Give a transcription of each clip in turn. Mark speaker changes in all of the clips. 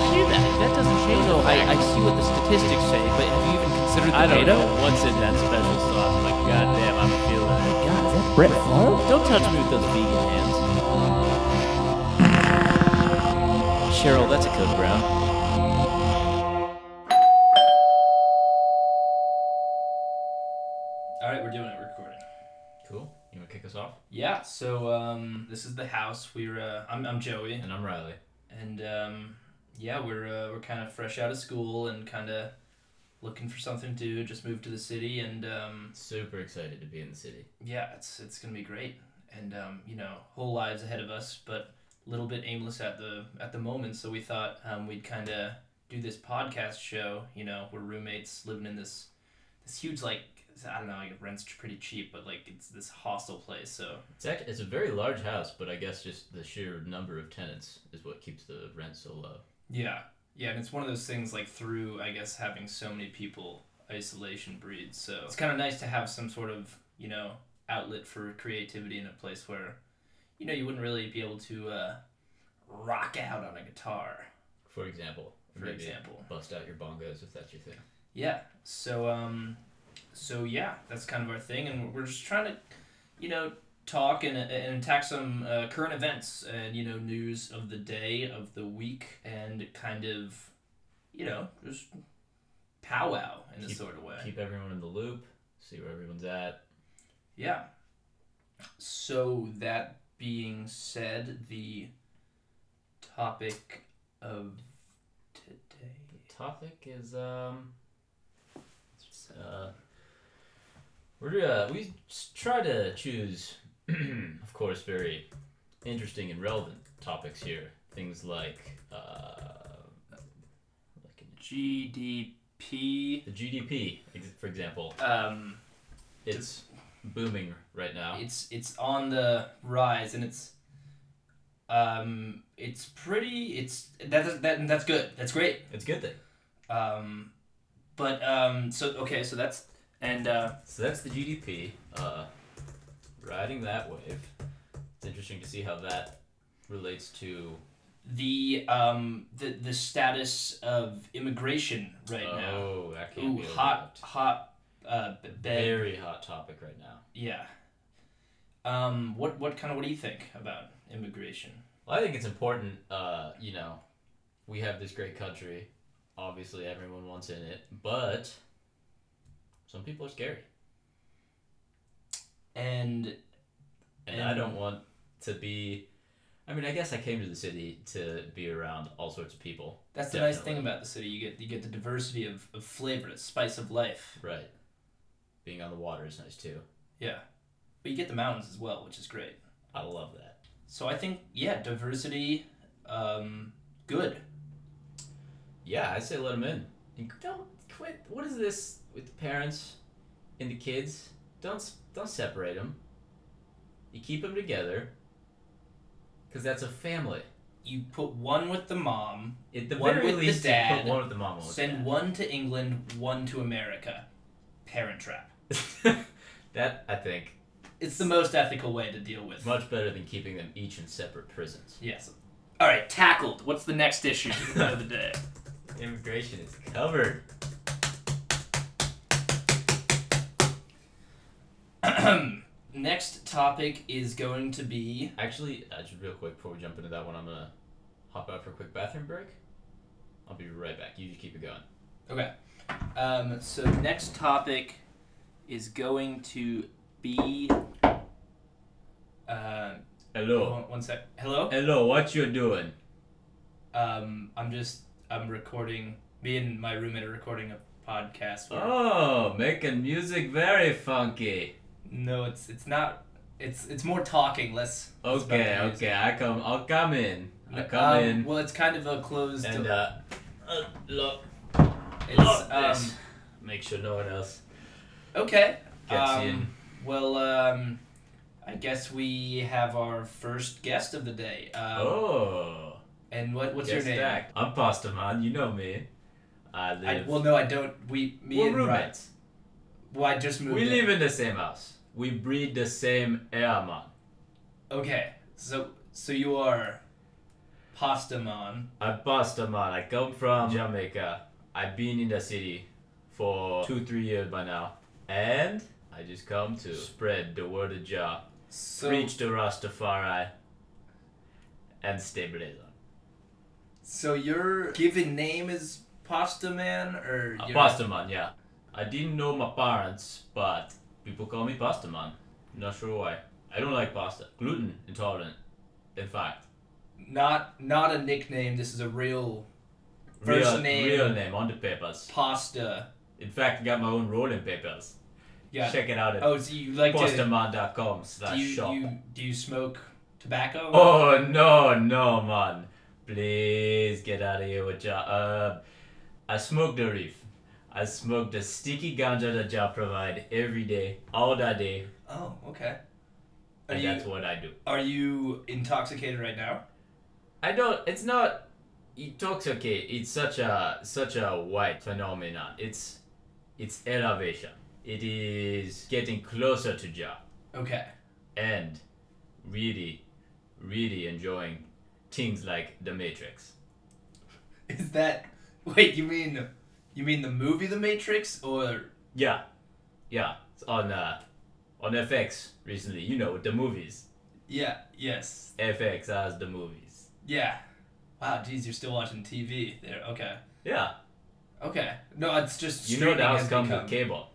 Speaker 1: that doesn't change though. I, I see what the statistics say, but have you even considered the
Speaker 2: I don't
Speaker 1: data?
Speaker 2: know what's in that special sauce, but goddamn, I'm feeling it.
Speaker 1: God, is that Brett Favre? Don't touch me with those vegan hands. Cheryl, that's a code brown.
Speaker 3: All right, we're doing it. We're recording.
Speaker 4: Cool. You want to kick us off?
Speaker 3: Yeah. So um, this is the house. We're uh, I'm I'm Joey,
Speaker 4: And I'm Riley.
Speaker 3: and um, yeah, we're uh, we're kind of fresh out of school and kind of looking for something to do. Just moved to the city, and um,
Speaker 4: Super excited to be in the city.
Speaker 3: yeah, it's it's gonna be great. And um, you know, whole lives ahead of us, but a little bit aimless at the at the moment. So we thought um, we'd kind of do this podcast show. You know, we're roommates living in this this huge like I don't know, like rent's pretty cheap, but like it's this hostel place. So
Speaker 4: It's act it's a very large house, but I guess just the sheer number of tenants is what keeps the rent so low.
Speaker 3: Yeah. Yeah, and it's one of those things like through I guess having so many people isolation breeds. So it's kind of nice to have some sort of, you know, outlet for creativity in a place where you know you wouldn't really be able to uh rock out on a guitar,
Speaker 4: For example,
Speaker 3: for
Speaker 4: maybe
Speaker 3: example.
Speaker 4: bust out your bongos if that's your thing.
Speaker 3: Yeah. So um so yeah, that's kind of our thing and we're- we're just trying to you know talk and, and attack some uh, current events and you know news of the day of the week and kind of you know just powwow in a
Speaker 4: Keep-
Speaker 3: sort of way
Speaker 4: Keep everyone in the loop. See where everyone's at.
Speaker 3: yeah so that being said the topic of today
Speaker 4: The topic is um, uh, we're uh, we s- try to choose, of course, very interesting and relevant topics here. Things like uh, like an-
Speaker 3: gdp
Speaker 4: the GDP, ex- for example.
Speaker 3: um
Speaker 4: It's booming right now.
Speaker 3: It's it's on the rise, and it's um it's pretty. It's that that that's good. That's great.
Speaker 4: It's a good thing.
Speaker 3: Um, but um, so okay, so that's and uh,
Speaker 4: So that's the GDP. Uh, riding that wave. It's interesting to see how that relates to
Speaker 3: the um the the status of immigration right now.
Speaker 4: oh that can
Speaker 3: Ooh,
Speaker 4: be
Speaker 3: hot
Speaker 4: overlooked.
Speaker 3: hot uh b- bed.
Speaker 4: Very hot topic right now.
Speaker 3: Yeah. Um, what what kind of what do you think about immigration?
Speaker 4: Well, I think it's important. Uh, you know, we have this great country. Obviously, everyone wants in it, but some people are scary,
Speaker 3: And
Speaker 4: and, I don't want to be. I mean, I guess I came to the city to be around all sorts of people,
Speaker 3: that's the nice
Speaker 4: Definitely.
Speaker 3: thing about the city. You get you get the diversity of of flavors, spice of life.
Speaker 4: right? Being on the water is nice too.
Speaker 3: Yeah. But you get the mountains as well, which is great.
Speaker 4: I love that.
Speaker 3: So I think, yeah, diversity, um, good.
Speaker 4: Yeah, I say let them in. And don't quit. What is this with the parents and the kids? Don't s- don't separate them. You keep them together. Cause that's a family.
Speaker 3: You put one with the mom,
Speaker 4: At the
Speaker 3: One
Speaker 4: very
Speaker 3: with the
Speaker 4: least, you
Speaker 3: dad,
Speaker 4: put one with the mom. one with
Speaker 3: send
Speaker 4: the
Speaker 3: one to England, one to America. Parent trap.
Speaker 4: dad. that I think
Speaker 3: It's the most ethical way to deal with.
Speaker 4: much better than keeping them each in separate prisons.
Speaker 3: Yes. All right, tackled. What's the next issue of the day?
Speaker 4: Immigration is covered.
Speaker 3: next topic is going to be
Speaker 4: Actually, uh, just real quick before we jump into that one, I'm gonna hop out for a quick bathroom break. I'll be right back. You just keep it going.
Speaker 3: okay. Um, so next topic is going to be. Uh,
Speaker 4: Hello.
Speaker 3: one, one sec. Hello.
Speaker 4: Hello. What you doing?
Speaker 3: Um, I'm just I'm recording. Me and my roommate are recording a podcast. where-
Speaker 4: Oh, making music very funky.
Speaker 3: No, it's it's not. It's it's more talking, less. less about
Speaker 4: Okay,
Speaker 3: the music.
Speaker 4: okay. I come. I'll come in. I come
Speaker 3: Um,
Speaker 4: in.
Speaker 3: Well, it's kind of a closed.
Speaker 4: And uh, uh look,
Speaker 3: it's,
Speaker 4: look
Speaker 3: um,
Speaker 4: this. Make sure no one else
Speaker 3: okay.
Speaker 4: gets
Speaker 3: um,
Speaker 4: in.
Speaker 3: Well, um, I guess we have our first guest of the day. Um,
Speaker 4: oh,
Speaker 3: And what what's
Speaker 4: guess
Speaker 3: your name?
Speaker 4: that. I'm Pasta Man. You know me. I
Speaker 3: I,
Speaker 4: live.
Speaker 3: well, no, I don't. We me
Speaker 4: We're
Speaker 3: and Ryan.
Speaker 4: roommates.
Speaker 3: Well, I just moved.
Speaker 4: We
Speaker 3: in.
Speaker 4: live in the same house. We breathe the same air, man.
Speaker 3: Okay, so so you are Pastamon.
Speaker 4: I Bastamon. I come from Jamaica. I've been in the city for two, three years by now. And I just come to spread the word of Jah,
Speaker 5: So,
Speaker 4: preach the Rastafari, and stay blazing.
Speaker 3: So your given name is Pasta Man, or
Speaker 4: Uh,
Speaker 3: you're-
Speaker 4: Bastamon, yeah. I didn't know my parents, but people call me Bastamon. Not sure why. I don't like pasta. Gluten intolerant, in fact.
Speaker 3: not not a nickname. This is a real First
Speaker 4: real,
Speaker 3: name.
Speaker 4: Real name on the papers.
Speaker 3: pasta.
Speaker 4: In fact, I got my own rolling papers.
Speaker 3: Yeah.
Speaker 4: Check it out at
Speaker 3: Oh, so you like to?
Speaker 4: Posterman.com
Speaker 3: Do
Speaker 4: slash
Speaker 3: you,
Speaker 4: shop.
Speaker 3: you do you smoke tobacco?
Speaker 4: Oh no, no man. Please get out of here with your uh I smoke the reef. I smoke the sticky ganja that y'all provide every day, all that day,
Speaker 3: Oh, okay. Are
Speaker 4: and
Speaker 3: you
Speaker 4: that's what I do.
Speaker 3: are you intoxicated right now?
Speaker 4: I don't it's not intoxicate, it's such a such a wide phenomenon. It's it's elevation. It is getting closer to Jah.
Speaker 3: Okay.
Speaker 4: and really, really enjoying things like The Matrix.
Speaker 3: Is that wait? You mean you mean the movie The Matrix, or
Speaker 4: Yeah, yeah, it's on uh, on FX recently. You know the movies.
Speaker 3: yeah, yes,
Speaker 4: FX as the movies.
Speaker 3: yeah. Wow, geez, you're still watching TV there. Okay,
Speaker 4: Yeah,
Speaker 3: okay. No, it's just
Speaker 4: you know
Speaker 3: streaming
Speaker 4: the house
Speaker 3: has
Speaker 4: comes
Speaker 3: become-
Speaker 4: with cable.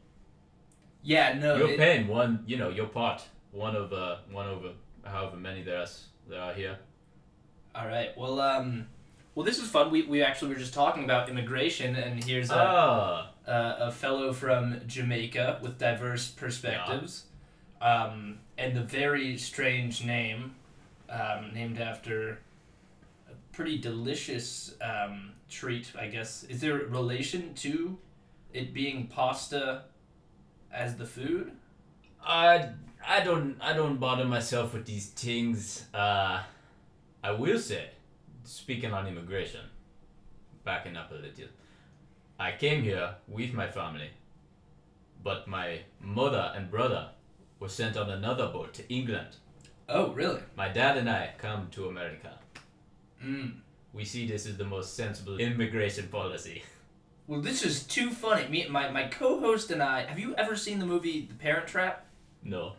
Speaker 3: Yeah, no.
Speaker 4: You're
Speaker 3: it-
Speaker 4: paying one, you know, your part, one of uh, one over however many there's there are here.
Speaker 3: All right. Well, um, well, this was fun. We, we actually were just talking about immigration, and here's a,
Speaker 4: Ah,
Speaker 3: a, a fellow from Jamaica with diverse perspectives, um, and the very strange name, um, named after a pretty delicious um, treat, I guess. Is there a relation to it being pasta as the food?
Speaker 4: I I don't I don't bother myself with these things. Uh, I will say, speaking on immigration, backing up a little, I came here with my family, but my mother and brother were sent on another boat to England.
Speaker 3: Oh, really?
Speaker 4: My dad and I come to America.
Speaker 3: Mm.
Speaker 4: We see this is the most sensible immigration policy.
Speaker 3: Well, this is too funny. Me, my, my co-host and I. Have you ever seen the movie The Parent Trap?
Speaker 4: No.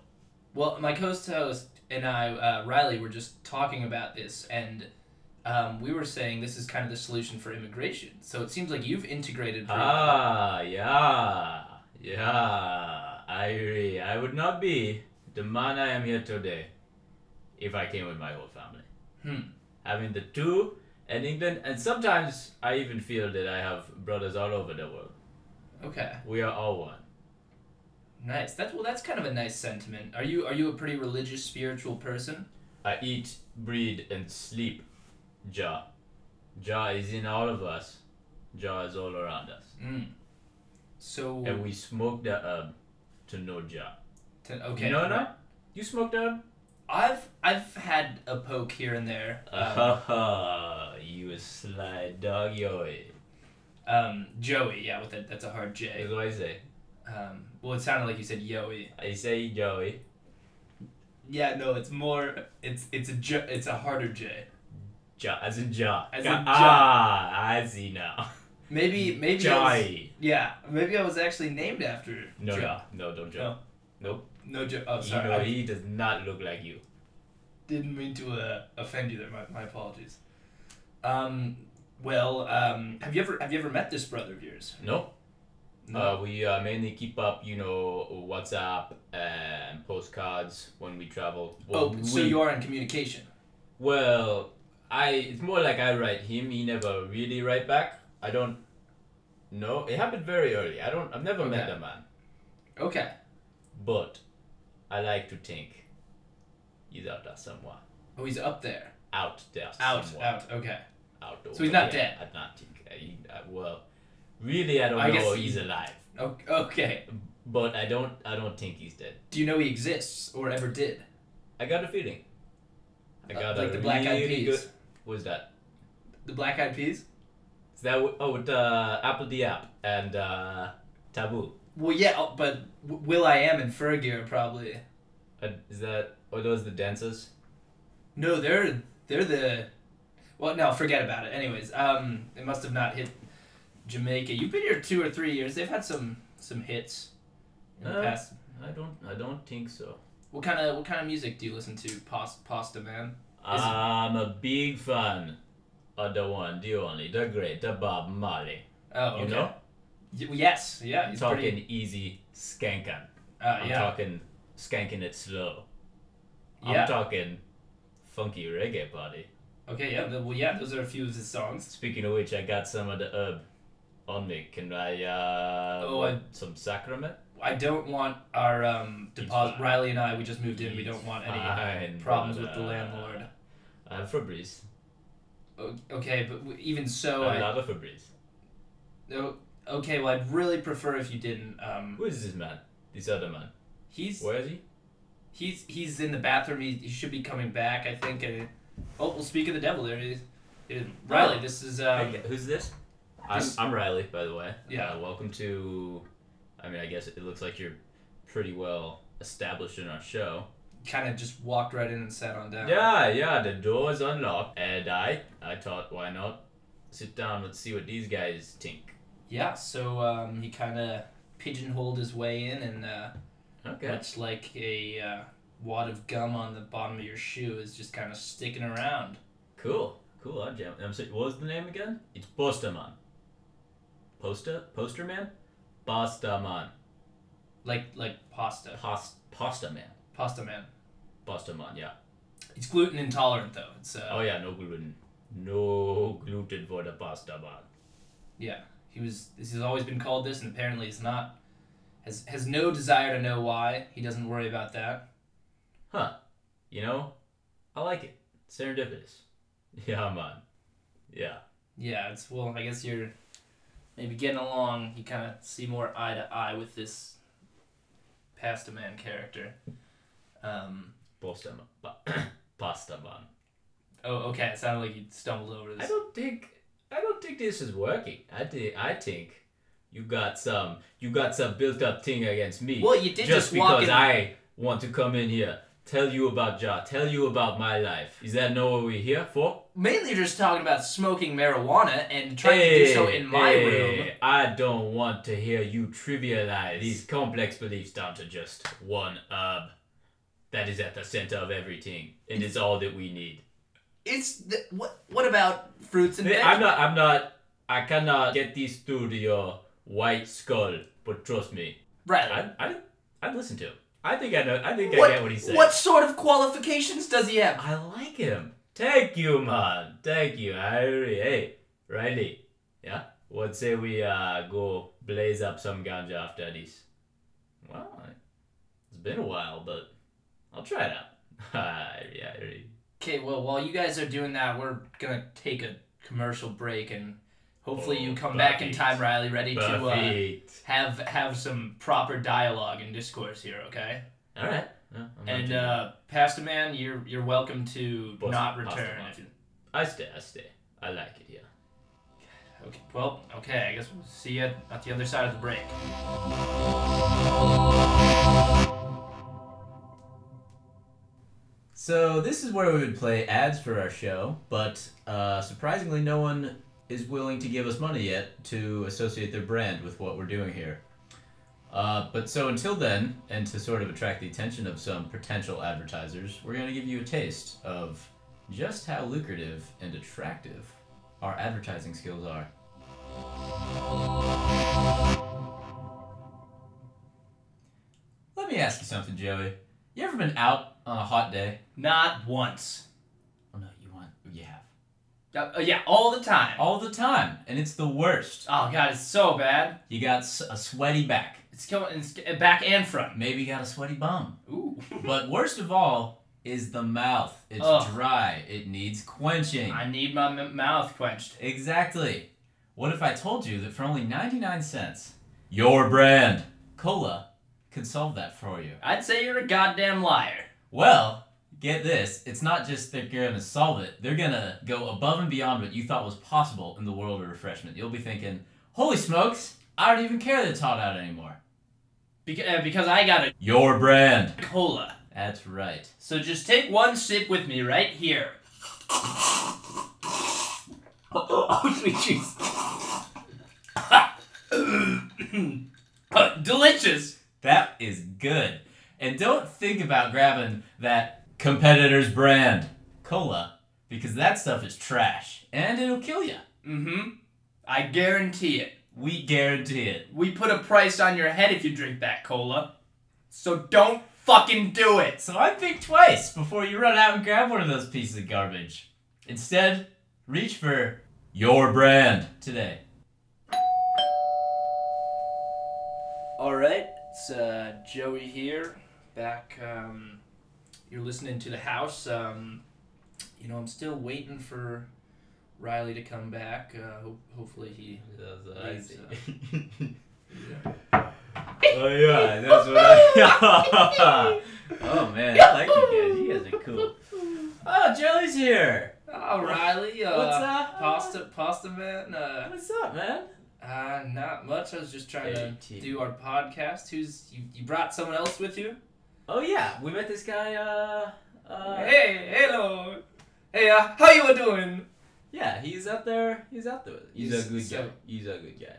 Speaker 3: Well, my co-host and I, uh, Riley, were just talking about this, and um, we were saying this is kind of the solution for immigration. So it seems like you've integrated. pretty-
Speaker 4: Ah, yeah, yeah. I agree. I would not be the man I am here today if I came with my whole family.
Speaker 3: Hmm.
Speaker 4: Having the two in England, and sometimes I even feel that I have brothers all over the world.
Speaker 3: Okay,
Speaker 4: We are all one.
Speaker 3: nice. That's well. That's kind of a nice sentiment. Are you are you a pretty religious, spiritual person?
Speaker 4: I eat, breathe, and sleep. Jah. Jah is in all of us. Jah is all around us.
Speaker 3: Mm. So
Speaker 4: And we smoke the herb to know Jah.
Speaker 3: t- okay.
Speaker 4: You know that? You smoke the herb?
Speaker 3: I've I've had a poke here and there.
Speaker 4: Uh-huh.
Speaker 3: Um,
Speaker 4: Ah, you a sly dog, yo.
Speaker 3: um, Joey, yeah, with that that's a hard
Speaker 4: That's
Speaker 3: J.
Speaker 4: what I say.
Speaker 3: Um, well, it sounded like you said Yoey.
Speaker 4: I say Joey.
Speaker 3: Yeah, no, it's more. It's it's a jo- it's a harder J.
Speaker 4: Ja, as in Ja.
Speaker 3: As in
Speaker 4: Ga-
Speaker 3: Ja.
Speaker 4: Ah, I see now.
Speaker 3: Maybe maybe I was-
Speaker 4: Joy.
Speaker 3: yeah, maybe I was actually named after
Speaker 4: No,
Speaker 3: Joe.
Speaker 4: Ja. No, don't Ja.
Speaker 3: No, Joe. Oh,
Speaker 4: you
Speaker 3: sorry,
Speaker 4: know,
Speaker 3: I
Speaker 4: he does not look like you.
Speaker 3: didn't mean to uh, offend you there. My, my apologies. Um, well, um, have you ever have you ever met this brother of yours?
Speaker 4: No. Uh, we uh, mainly keep up, you know, WhatsApp and postcards when we travel.
Speaker 3: oh,
Speaker 4: Well,
Speaker 3: so
Speaker 4: we-
Speaker 3: you are in communication.
Speaker 4: Well, I it's more like I write him. He never really write back. I don't. know. it happened very early. I don't. I've never met
Speaker 3: Okay.
Speaker 4: the man.
Speaker 3: Okay.
Speaker 4: But I like to think he's out there somewhere.
Speaker 3: Oh, he's up there.
Speaker 4: Out there
Speaker 3: Out,
Speaker 4: somewhere.
Speaker 3: out. Okay.
Speaker 4: Out
Speaker 3: So he's not
Speaker 4: there.
Speaker 3: dead.
Speaker 4: I don't think. I, I, well, really, I don't
Speaker 3: I
Speaker 4: know
Speaker 3: guess
Speaker 4: if he's
Speaker 3: he-
Speaker 4: alive.
Speaker 3: O- Okay.
Speaker 4: But I don't. I don't think he's dead.
Speaker 3: Do you know he exists or ever did?
Speaker 4: I got a feeling. I
Speaker 3: Uh,
Speaker 4: got
Speaker 3: like
Speaker 4: a
Speaker 3: the Black Eyed
Speaker 4: really
Speaker 3: Peas.
Speaker 4: good- What's that?
Speaker 3: The Black Eyed Peas.
Speaker 4: Is that what- oh with uh, Apple the app and uh, Taboo?
Speaker 3: Well, yeah, oh, but Will I Am and Fergie are probably.
Speaker 4: Uh, is that are those the dancers?
Speaker 3: No, they're they're the Well, no, forget about it. Anyways, um, it must have not hit Jamaica. You've been here two or three years. They've had some some hits in the
Speaker 4: Uh,
Speaker 3: past.
Speaker 4: I don't. I don't think so.
Speaker 3: What kind of what kind of music do you listen to? Pasta, pasta man.
Speaker 4: I'm a big fan of the one, the only, the great, the Bob Marley.
Speaker 3: Oh, okay.
Speaker 4: You know,
Speaker 3: Y- yes, yeah,
Speaker 4: I'm
Speaker 3: he's
Speaker 4: talking
Speaker 3: pretty.
Speaker 4: easy skanking.
Speaker 3: Uh,
Speaker 4: I'm
Speaker 3: yeah,
Speaker 4: talking skanking it slow.
Speaker 3: Yeah.
Speaker 4: I'm talking funky reggae body.
Speaker 3: okay, yeah. th- Well, yeah, those are a few of his songs.
Speaker 4: Speaking of which, I got some of the herb on me. Can I uh
Speaker 3: Oh,
Speaker 4: want some sacrament?
Speaker 3: I don't want our um,
Speaker 4: He's
Speaker 3: deposit.
Speaker 4: fine.
Speaker 3: Riley and I, we just moved in. we
Speaker 4: He's
Speaker 3: don't want any
Speaker 4: fine,
Speaker 3: problems
Speaker 4: but,
Speaker 3: with the
Speaker 4: uh,
Speaker 3: landlord.
Speaker 4: I have Febreze.
Speaker 3: O- Okay, but w- even so,
Speaker 4: I
Speaker 3: I,
Speaker 4: love a Febreze.
Speaker 3: o- Oh, okay. Well, I'd really prefer if you didn't. Um,
Speaker 4: Who is this man? This other man.
Speaker 3: he's
Speaker 4: Where is he?
Speaker 3: he's he's in the bathroom. He, he should be coming back, I think. And oh, we'll speak of the devil. There he is. It is- Riley, this is um,
Speaker 4: Okay, who's this? I'm,
Speaker 3: This-
Speaker 4: I'm Riley, by the way.
Speaker 3: Yeah.
Speaker 4: Uh, welcome to. I mean, I guess it looks like you're pretty well established in our show.
Speaker 3: kind of just walked right in and sat on down.
Speaker 4: Yeah, yeah, the door is unlocked, and I, I thought, why not sit down and see what these guys think.
Speaker 3: Yeah. So um, he kind of pigeonholed his way in, and uh,
Speaker 4: Okay.
Speaker 3: much like a uh, wad of gum on the bottom of your shoe is just kind of sticking around.
Speaker 4: Cool. Cool. I jam. I'm sorry, what was the name again? It's Posterman. Poster? Posterman? Posterman.
Speaker 3: Like like pasta,
Speaker 4: Post. Posterman.
Speaker 3: pasta man.
Speaker 4: Posterman. Yeah.
Speaker 3: It's gluten intolerant though. It's uh,
Speaker 4: Oh yeah. No gluten. No gluten for the Posterman.
Speaker 3: yeah. He was this has always been called this, and apparently he's not. Has has no desire to know why. He doesn't worry about that.
Speaker 4: You know, I like it. Serendipitous. Yeah, man. Yeah.
Speaker 3: Yeah. It's well, I guess you're maybe getting along. You kind of see more eye to eye with this pasta man character. Um.
Speaker 4: Pasta man. Pa- Pasta man.
Speaker 3: Oh, okay. It sounded like you stumbled over
Speaker 4: I
Speaker 3: this.
Speaker 4: don't think I don't think this is working. I thi- I think you got some you got some built up thing against me.
Speaker 3: Well, you did just walk
Speaker 4: because
Speaker 3: in-
Speaker 4: I want to come in here, tell you about Ja, tell you about my life. Is that not what we're here for?
Speaker 3: Mainly, you're just talking about smoking marijuana and trying to do so in my
Speaker 4: Hey,
Speaker 3: room.
Speaker 4: I don't want to hear you trivialize these complex beliefs down to just one herb. That is at the center of everything. It is all that we need.
Speaker 3: It's the, what? What about fruits and veg?
Speaker 4: I'm not. I'm not. I cannot get these through to your white skull. But trust me,
Speaker 3: Riley,
Speaker 4: I I I listen to him. I think I know. I think
Speaker 3: what,
Speaker 4: I get what he says.
Speaker 3: what sort of qualifications does he have?
Speaker 4: I like him. Thank you, man. Thank you, Harry. Hey, Riley. Yeah. What say we uh go blaze up some ganja after this? Well, I- it's been a while, but I'll try it out. Harry, Harry.
Speaker 3: Okay, well, while you guys are doing that, we're gonna take a commercial break, and hopefully
Speaker 4: Oh,
Speaker 3: you come back in
Speaker 4: perfect.
Speaker 3: time, Riley, ready to uh,
Speaker 4: Perfect.
Speaker 3: have have some proper dialogue and discourse here. Okay,
Speaker 4: All right. Yeah, I'm
Speaker 3: and
Speaker 4: not-
Speaker 3: uh, Pastor Man, you're you're welcome to
Speaker 4: Boss-
Speaker 3: not
Speaker 4: Pastor
Speaker 3: return.
Speaker 4: Man.
Speaker 3: if you-
Speaker 4: I stay. I stay. I like it here.
Speaker 3: Okay, well, okay, I guess we'll see you at the other side of the break.
Speaker 4: So this is where we would play ads for our show, but uh, surprisingly, no one is willing to give us money yet to associate their brand with what we're doing here. Uh, but so until then, and to sort of attract the attention of some potential advertisers, we're going to give you a taste of just how lucrative and attractive our advertising skills are. Let me ask you something, Joey. You ever been out on a hot day?
Speaker 3: Not once.
Speaker 4: Oh no, you want you have
Speaker 3: Uh, uh, yeah, all the time.
Speaker 4: all the time, and it's the worst.
Speaker 3: Oh god, it's so bad.
Speaker 4: You got s- a sweaty back,
Speaker 3: It's going it's uh, back and front.
Speaker 4: maybe you got a sweaty bum,
Speaker 3: Ooh.
Speaker 4: but worst of all is the mouth. It's
Speaker 3: Ugh.
Speaker 4: dry. It needs quenching.
Speaker 3: I need my m- mouth quenched.
Speaker 4: Exactly. What if I told you that for only ninety nine cents, your brand cola could solve that for you?
Speaker 3: I'd say you're a goddamn liar.
Speaker 4: Well, get this. It's not just that they're gonna solve it, they're gonna go above and beyond what you thought was possible in the world of refreshment. You'll be thinking, holy smokes, I don't even care that it's hot out anymore.
Speaker 3: Beca- uh, because I got a
Speaker 4: Your brand.
Speaker 3: cola.
Speaker 4: That's right.
Speaker 3: So just take one sip with me right here. Oh, oh sweet cheese. Uh, Delicious.
Speaker 4: That is good. And don't think about grabbing that competitor's brand, cola, because that stuff is trash and it'll kill you.
Speaker 3: Mm-hmm. I guarantee it.
Speaker 4: We guarantee it.
Speaker 3: We put a price on your head if you drink that cola. So don't fucking do it.
Speaker 4: So I think twice before you run out and grab one of those pieces of garbage. Instead, reach for your brand today.
Speaker 3: All right, it's uh, Joey here. Back, um, you're listening to the house. Um, you know, I'm still waiting for Riley to come back. Uh, ho- hopefully he.
Speaker 4: That was
Speaker 3: icy.
Speaker 4: oh yeah, that's what I. oh man, I like you guys. You guys are cool. Oh, Jelly's here.
Speaker 3: Oh, Riley. Uh,
Speaker 4: What's up?
Speaker 3: Pasta, pasta man. Uh,
Speaker 4: What's up, man?
Speaker 3: uh, not much. I was just trying to
Speaker 4: AT.
Speaker 3: do our podcast. Who's you? You brought someone else with you?
Speaker 4: Oh yeah, we met this guy. Uh, uh
Speaker 3: hey, hello. Hey, uh, how you doing?
Speaker 4: yeah, he's out there. He's out there. He's,
Speaker 3: He's
Speaker 4: a good
Speaker 3: so-
Speaker 4: guy. He's a good guy.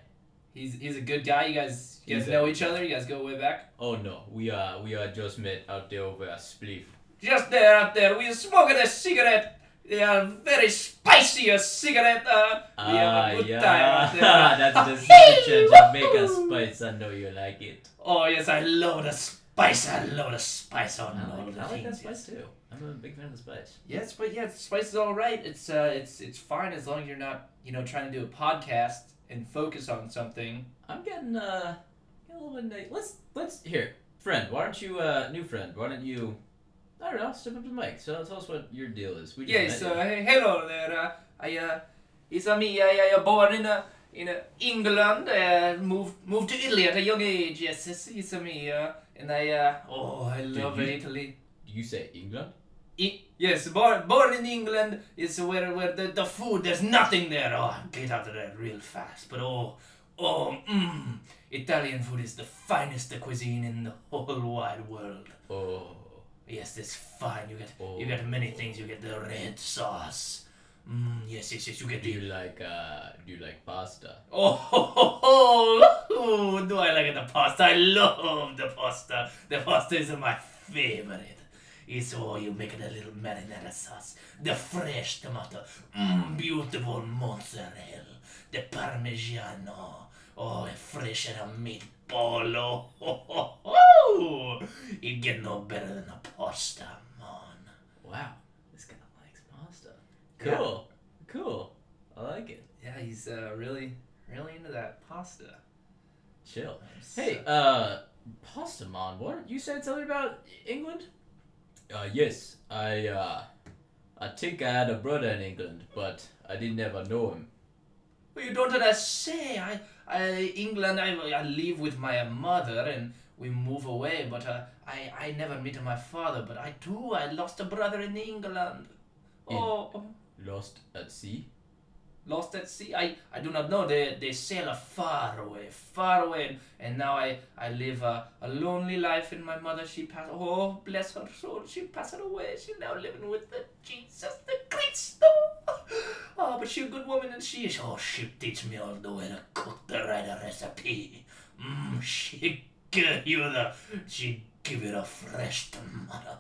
Speaker 3: He's he's a good guy. You guys you guys
Speaker 4: He's a-
Speaker 3: know each other. You guys go way back.
Speaker 4: Oh no, we are we are just met out there over a spliff.
Speaker 3: just there out there. We are smoking a cigarette. Yeah, very spicy a cigarette. Uh, we
Speaker 4: Ah,
Speaker 3: have a good
Speaker 4: yeah.
Speaker 3: time out there.
Speaker 4: That's the signature Jamaica
Speaker 3: woohoo.
Speaker 4: spice. I know you like it.
Speaker 3: oh yes, I love the spice. I love the spice on
Speaker 4: I
Speaker 3: all
Speaker 4: like,
Speaker 3: the
Speaker 4: I like that
Speaker 3: things.
Speaker 4: spice too. I'm a big fan of the spice.
Speaker 3: Yes, but yeah, the spice is all right. It's uh, it's it's fine as long as you're not you know trying to do a podcast and focus on something.
Speaker 4: I'm getting uh a little bit. Na- let's let's here, friend. Why don't you uh new friend? Why don't you? I don't know. Step up to the mic. So tell us what your deal is. We just
Speaker 3: Yes,
Speaker 4: met
Speaker 3: uh, he- hello there. Uh, I, uh, it's uh, me. I, I uh, born in uh, in uh, England. Uh, moved moved to Italy at a young age. Yes, it's, it's uh, me. Uh, and I uh, oh, I love
Speaker 4: you-
Speaker 3: Italy.
Speaker 4: you. You say England?
Speaker 3: I- yes, born born in England is where where the, the food there's nothing there. Oh, get out of there real fast. But oh, oh, mm, Italian food is the finest cuisine in the whole wide world.
Speaker 4: Oh.
Speaker 3: Yes, it's fine. You get
Speaker 4: Oh.
Speaker 3: you get many things. You get the red sauce. Mm, yes, yes, yes. You get
Speaker 4: Do you
Speaker 3: the
Speaker 4: like uh do you like pasta?
Speaker 3: oh, ho, ho, ho. Ooh, do I like the pasta? I love the pasta. The pasta is my favorite. It's oh, you make it a little marinara sauce, the fresh tomato, mm, beautiful mozzarella, the parmigiano, oh, a fresh and a meatball. Oh, ho, ho, ho. it get no better than a pasta, man.
Speaker 4: Wow, this guy likes pasta.
Speaker 3: Yeah.
Speaker 4: Cool, cool. I like it.
Speaker 3: Yeah, he's uh, really, really into that pasta.
Speaker 4: Chill. Hey, uh, pasta man, what you said something about England? Uh, yes, I uh, I think I had a brother in England, but I didn't ever know him.
Speaker 3: Well, you don't understand. I, I, England. I, I live with my mother, and we move away. But uh, I, I never met my father. But I do. I lost a brother in England.
Speaker 4: In-
Speaker 3: Oh,
Speaker 4: Lost at sea.
Speaker 3: lost at sea. I, I do not know. They, they sail far away, far away, and, and now I, I live a, a lonely life. And my mother, she passed. Oh, bless her soul, she passed away. She now living with the Jesus, the Christ. Oh, but she a good woman, and she is. Oh, she teach me all the way to cook the right recipe. Mmm, she give you the, she give you the fresh tomato.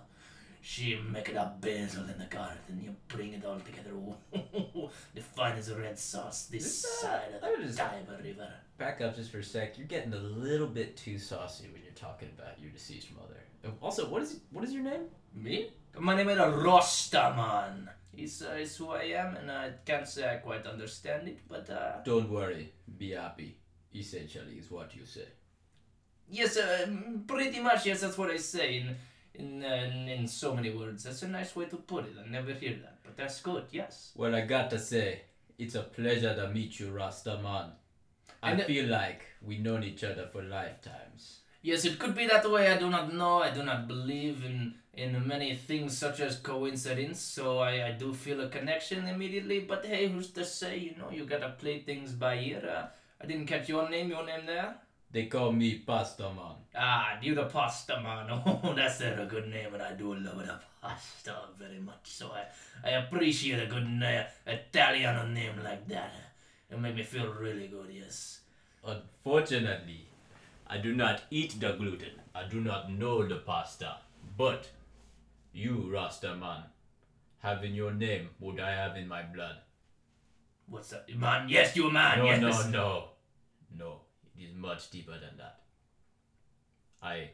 Speaker 3: She make it up basil in the garden. You bring it all together. Ooh, the finest red sauce this,
Speaker 4: This, uh,
Speaker 3: side of
Speaker 4: I would
Speaker 3: the
Speaker 4: just-
Speaker 3: Tiber River.
Speaker 4: Back up just for a sec. You're getting a little bit too saucy when you're talking about your deceased mother. And Also, what is what is your name?
Speaker 3: Me? My name is Rostaman. It's, uh, it's who I am, and I can't say I quite understand it, but uh,
Speaker 4: Don't worry, be happy. Essentially, is what you say.
Speaker 3: yes, uh, mm, pretty much yes, that's what I say in in, uh, in in so many words. That's a nice way to put it. I never hear that, but that's good. Yes.
Speaker 4: Well, I gotta say, it's a pleasure to meet you, Rastaman. I
Speaker 3: And-
Speaker 4: feel like we've known each other for lifetimes.
Speaker 3: Yes, it could be that way. I do not know. I do not believe in in many things such as coincidence. So I, I do feel a connection immediately. But hey, who's to say? You know, you gotta play things by ear. Uh, I didn't catch your name. Your name there?
Speaker 5: They call me Pasta Man.
Speaker 3: Ah, you the pasta man. Oh, that's a good name, and I do love the pasta very much. So I, I appreciate a good na- Italian name like that. It make me feel really good. Yes.
Speaker 5: Unfortunately,
Speaker 4: I do not eat the gluten. I do not know the pasta. But you, Rastaman, have in your name what I have in my blood.
Speaker 3: What's up, man? Yes, you man.
Speaker 4: No,
Speaker 3: yes.
Speaker 4: no, no. No, it is much deeper than that. I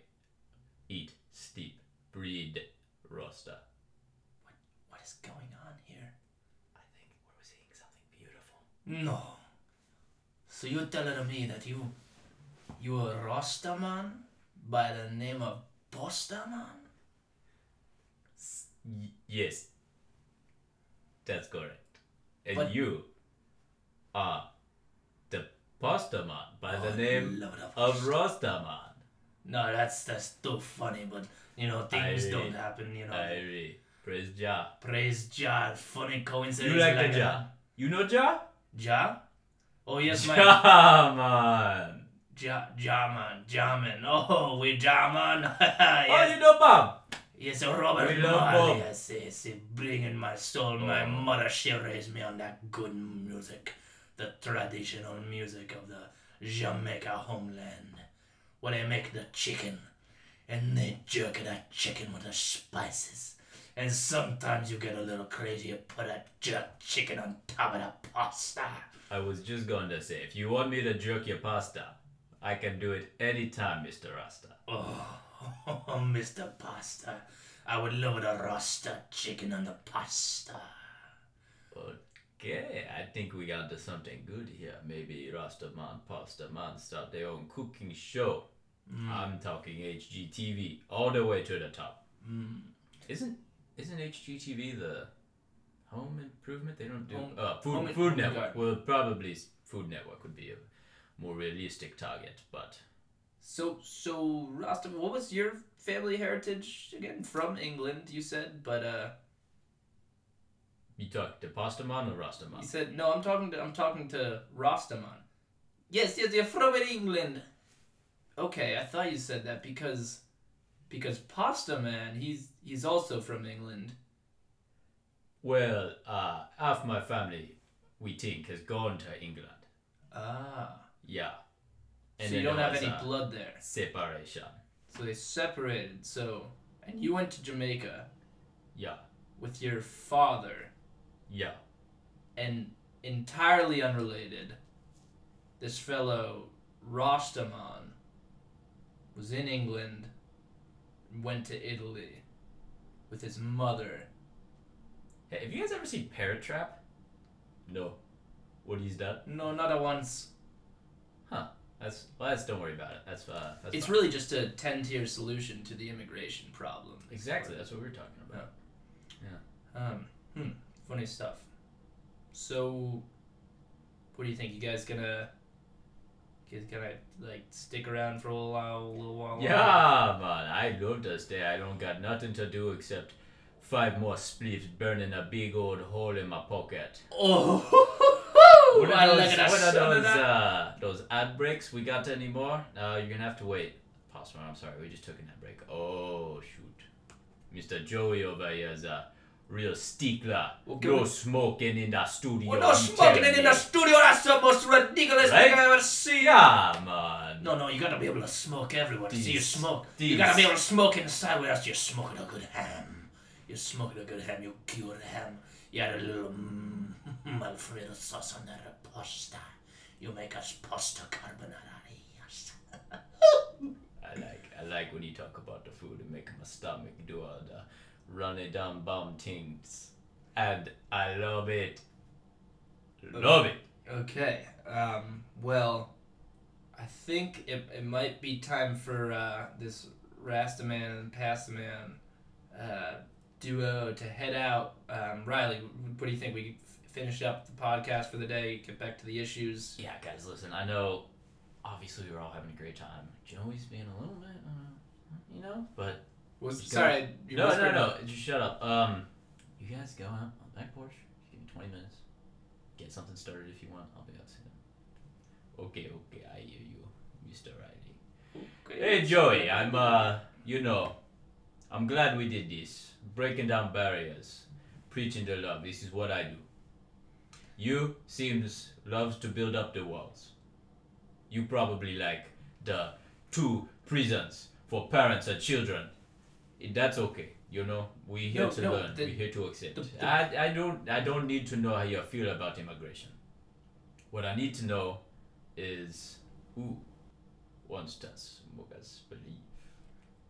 Speaker 4: eat, steep, breed, Rasta.
Speaker 3: What is going on here?
Speaker 4: I think we're seeing something beautiful.
Speaker 3: No. So you're telling me that you, you a Rasta man by the name of Pasta man?
Speaker 4: Y- yes. That's correct. And
Speaker 3: But-
Speaker 4: you are the pasta man by
Speaker 3: Oh,
Speaker 4: the name
Speaker 3: love the
Speaker 4: of
Speaker 3: pasta.
Speaker 4: Rostaman.
Speaker 3: No, that's that's too funny, but you know things
Speaker 4: I-
Speaker 3: don't happen. You know,
Speaker 4: Irie. Praise Jah.
Speaker 3: praise Jah. Funny coincidence.
Speaker 4: You like the
Speaker 3: that.
Speaker 4: Jah. You know Jah?
Speaker 3: Jah? Oh yes, my
Speaker 4: Jah, man.
Speaker 3: Jah, Jah man, Jah man. Oh, we Jah man.
Speaker 4: Oh, you
Speaker 3: yes,
Speaker 4: know Bob?
Speaker 3: yes, Robert
Speaker 4: We love
Speaker 3: Marley.
Speaker 4: Bob.
Speaker 3: Yes, yes, he bring in my soul. My
Speaker 4: Oh.
Speaker 3: mother she raised me on that good music, the traditional music of the Jamaica homeland, where they make the chicken, and they jerk that chicken with the spices. And sometimes you get a little crazy, you put that jerk chicken on top of the pasta.
Speaker 4: I was just going to say, if you want me to jerk your pasta, I can do it anytime, Mr. Rasta.
Speaker 3: Oh, Mr. Pasta, I would love the roster chicken on the pasta.
Speaker 4: Okay, I think we got to something good here. Maybe Rastaman, Pastaman start their own cooking show.
Speaker 3: Mm.
Speaker 4: I'm talking HGTV all the way to the top.
Speaker 3: Mm.
Speaker 4: Isn't isn't HGTV the Home Improvement? They don't do
Speaker 3: Home-
Speaker 4: uh, food
Speaker 3: Home-
Speaker 4: Food
Speaker 3: Home
Speaker 4: Network.
Speaker 3: Garden.
Speaker 4: Well, probably s- Food Network would be a more realistic target, but
Speaker 3: So, so Rasta, what was your family heritage again? From England, you said, but uh,
Speaker 4: you talk to Pastaman or
Speaker 3: you
Speaker 4: Rastaman?
Speaker 3: said no. I'm talking to I'm talking to Rastaman. Yes, yes, you're from England. Okay, I thought you said that because because Pasta Man, he's he's also from England.
Speaker 4: Well, uh, half my family, we think, has gone to England.
Speaker 3: Ah,
Speaker 4: Yeah.
Speaker 3: so you
Speaker 4: then
Speaker 3: don't
Speaker 4: there
Speaker 3: have
Speaker 4: was
Speaker 3: any
Speaker 4: a
Speaker 3: blood there.
Speaker 4: Separation.
Speaker 3: So they separated. So, and you went to Jamaica
Speaker 4: Yeah,
Speaker 3: with your father,
Speaker 4: yeah.
Speaker 3: and entirely unrelated, this fellow Rastaman was in England, went to Italy with his mother.
Speaker 4: Hey, have you guys ever seen Parrot Trap? No. What is that?
Speaker 3: No, not at once.
Speaker 4: Huh. That's well, that's don't worry about it. That's uh, that's
Speaker 3: it's
Speaker 4: fine.
Speaker 3: really just a ten-tier solution to the immigration problem.
Speaker 4: exactly that's what we were talking about.
Speaker 3: Um, hmm, funny stuff. So, what do you think? You guys gonna, guys gonna like stick around for a while, a little while? longer?
Speaker 4: Yeah, man, I love to stay. I don't got nothing to do except five more spliffs burning a big old hole in my pocket.
Speaker 3: Oh,
Speaker 4: What
Speaker 3: I
Speaker 4: are
Speaker 3: look
Speaker 4: those,
Speaker 3: at
Speaker 4: what
Speaker 3: us.
Speaker 4: are those, uh, those ad breaks we got anymore? No, you're gonna have to wait. Pastor, I'm sorry, we just took an ad break. Oh, shoot. Mr. Joey over here is a real stickler.
Speaker 3: Well, can
Speaker 4: no
Speaker 3: we-
Speaker 4: smoking in the studio.
Speaker 3: We're not
Speaker 4: I'm
Speaker 3: smoking
Speaker 4: telling
Speaker 3: it in the
Speaker 4: you.
Speaker 3: studio. That's the most ridiculous
Speaker 4: uh, Right?
Speaker 3: thing I've ever seen.
Speaker 4: Yeah, man.
Speaker 3: No, no, you gotta be able to smoke everywhere. to See you
Speaker 4: These-
Speaker 3: smoke. You
Speaker 4: these-
Speaker 3: gotta be able to smoke inside where else you're smoking a good ham. You're smoking a good ham. You cured ham. You add a little mm, Alfredo sauce on that pasta. You make us pasta carbonara. Yes.
Speaker 4: I like, I like when you talk about the food and make my stomach do all the runny down bum things. And I love it. Love it.
Speaker 3: Okay. Um, well, I think it, it might be time for uh, this Rastaman and Pastaman uh, duo to head out. Um, Riley, what do you think? We f- finish up the podcast for the day, get back to the issues.
Speaker 4: Yeah, guys, listen. I know, obviously, we're all having a great time. Joey's being a little bit, uh, you know, but
Speaker 3: Was,
Speaker 4: You
Speaker 3: sorry, you
Speaker 4: no, no,
Speaker 3: whispered-
Speaker 4: no. Just shut up. Um, you guys go out on the back porch. Just give me twenty minutes. Get something started if you want. I'll be out soon. Okay, okay, I hear you. Mr. Riley.
Speaker 3: Okay.
Speaker 4: Hey, Joey, I'm, uh, you know, I'm glad we did this. Breaking down barriers, preaching the love. This is what I do. You seems loves to build up the walls. You probably like the two prisons for parents and children. That's okay, you know. We here
Speaker 3: No,
Speaker 4: to
Speaker 3: no,
Speaker 4: learn.
Speaker 3: the-
Speaker 4: we here to accept.
Speaker 3: the- the-
Speaker 4: I, I don't I don't need to know how you feel about immigration. What I need to know is who wants us, Mogas believe.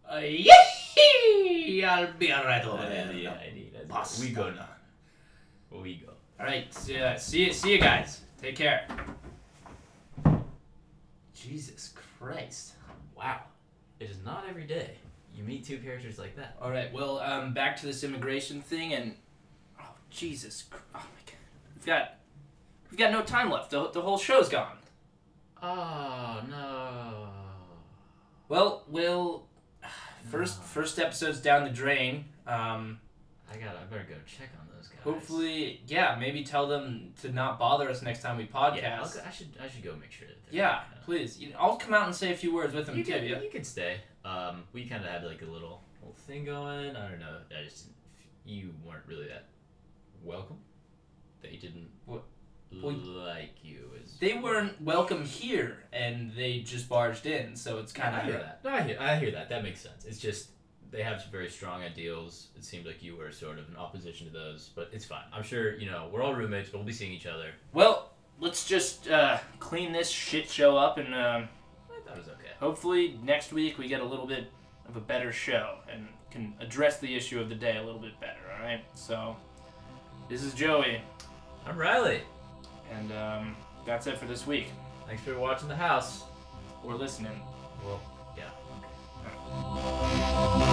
Speaker 3: Uh, yee I'll be alright over there.
Speaker 4: Yeah, I need it.
Speaker 3: Basta.
Speaker 4: We go now. We go.
Speaker 3: All right, see, uh, see, see you guys. Take care. Jesus Christ.
Speaker 4: Wow. It is not every day you meet two characters like that.
Speaker 3: All right, well, um, back to this immigration thing, and oh Jesus, Chr- oh my God, we've got, we've got no time left. The, the whole show's gone.
Speaker 4: Oh no.
Speaker 3: Well, we'll first first episode's down the drain. Um,
Speaker 4: I got I better go check on those guys.
Speaker 3: hopefully, yeah, maybe tell them to not bother us next time we podcast.
Speaker 4: Yeah, I'll go- i should I should go make sure that they're
Speaker 3: Yeah,
Speaker 4: uh,
Speaker 3: please. You- I'll come out and say a few words with them
Speaker 4: you
Speaker 3: too.
Speaker 4: could,
Speaker 3: yeah.
Speaker 4: you could stay. Um, we kind of had like a little little thing going. I don't know. I just didn't, you weren't really that welcome. They didn't
Speaker 3: What- well,
Speaker 4: like you as
Speaker 3: They weren't welcome here, and they just barged in, so it's kind
Speaker 4: I
Speaker 3: of
Speaker 4: hear that. No, I hear, I hear that. That makes sense. It's just they have some very strong ideals. It seemed like you were sort of in opposition to those, but it's fine. I'm sure you know we're all roommates, but we'll be seeing each other.
Speaker 3: Well, let's just uh, clean this shit show up, and um
Speaker 4: I thought it was okay.
Speaker 3: hopefully next week we get a little bit of a better show and can address the issue of the day a little bit better. All right. So this is Joey,
Speaker 4: I'm Riley.
Speaker 3: and um, that's it for this week.
Speaker 4: Thanks for watching the house.
Speaker 3: We're listening.
Speaker 4: Well, yeah. Okay.
Speaker 3: All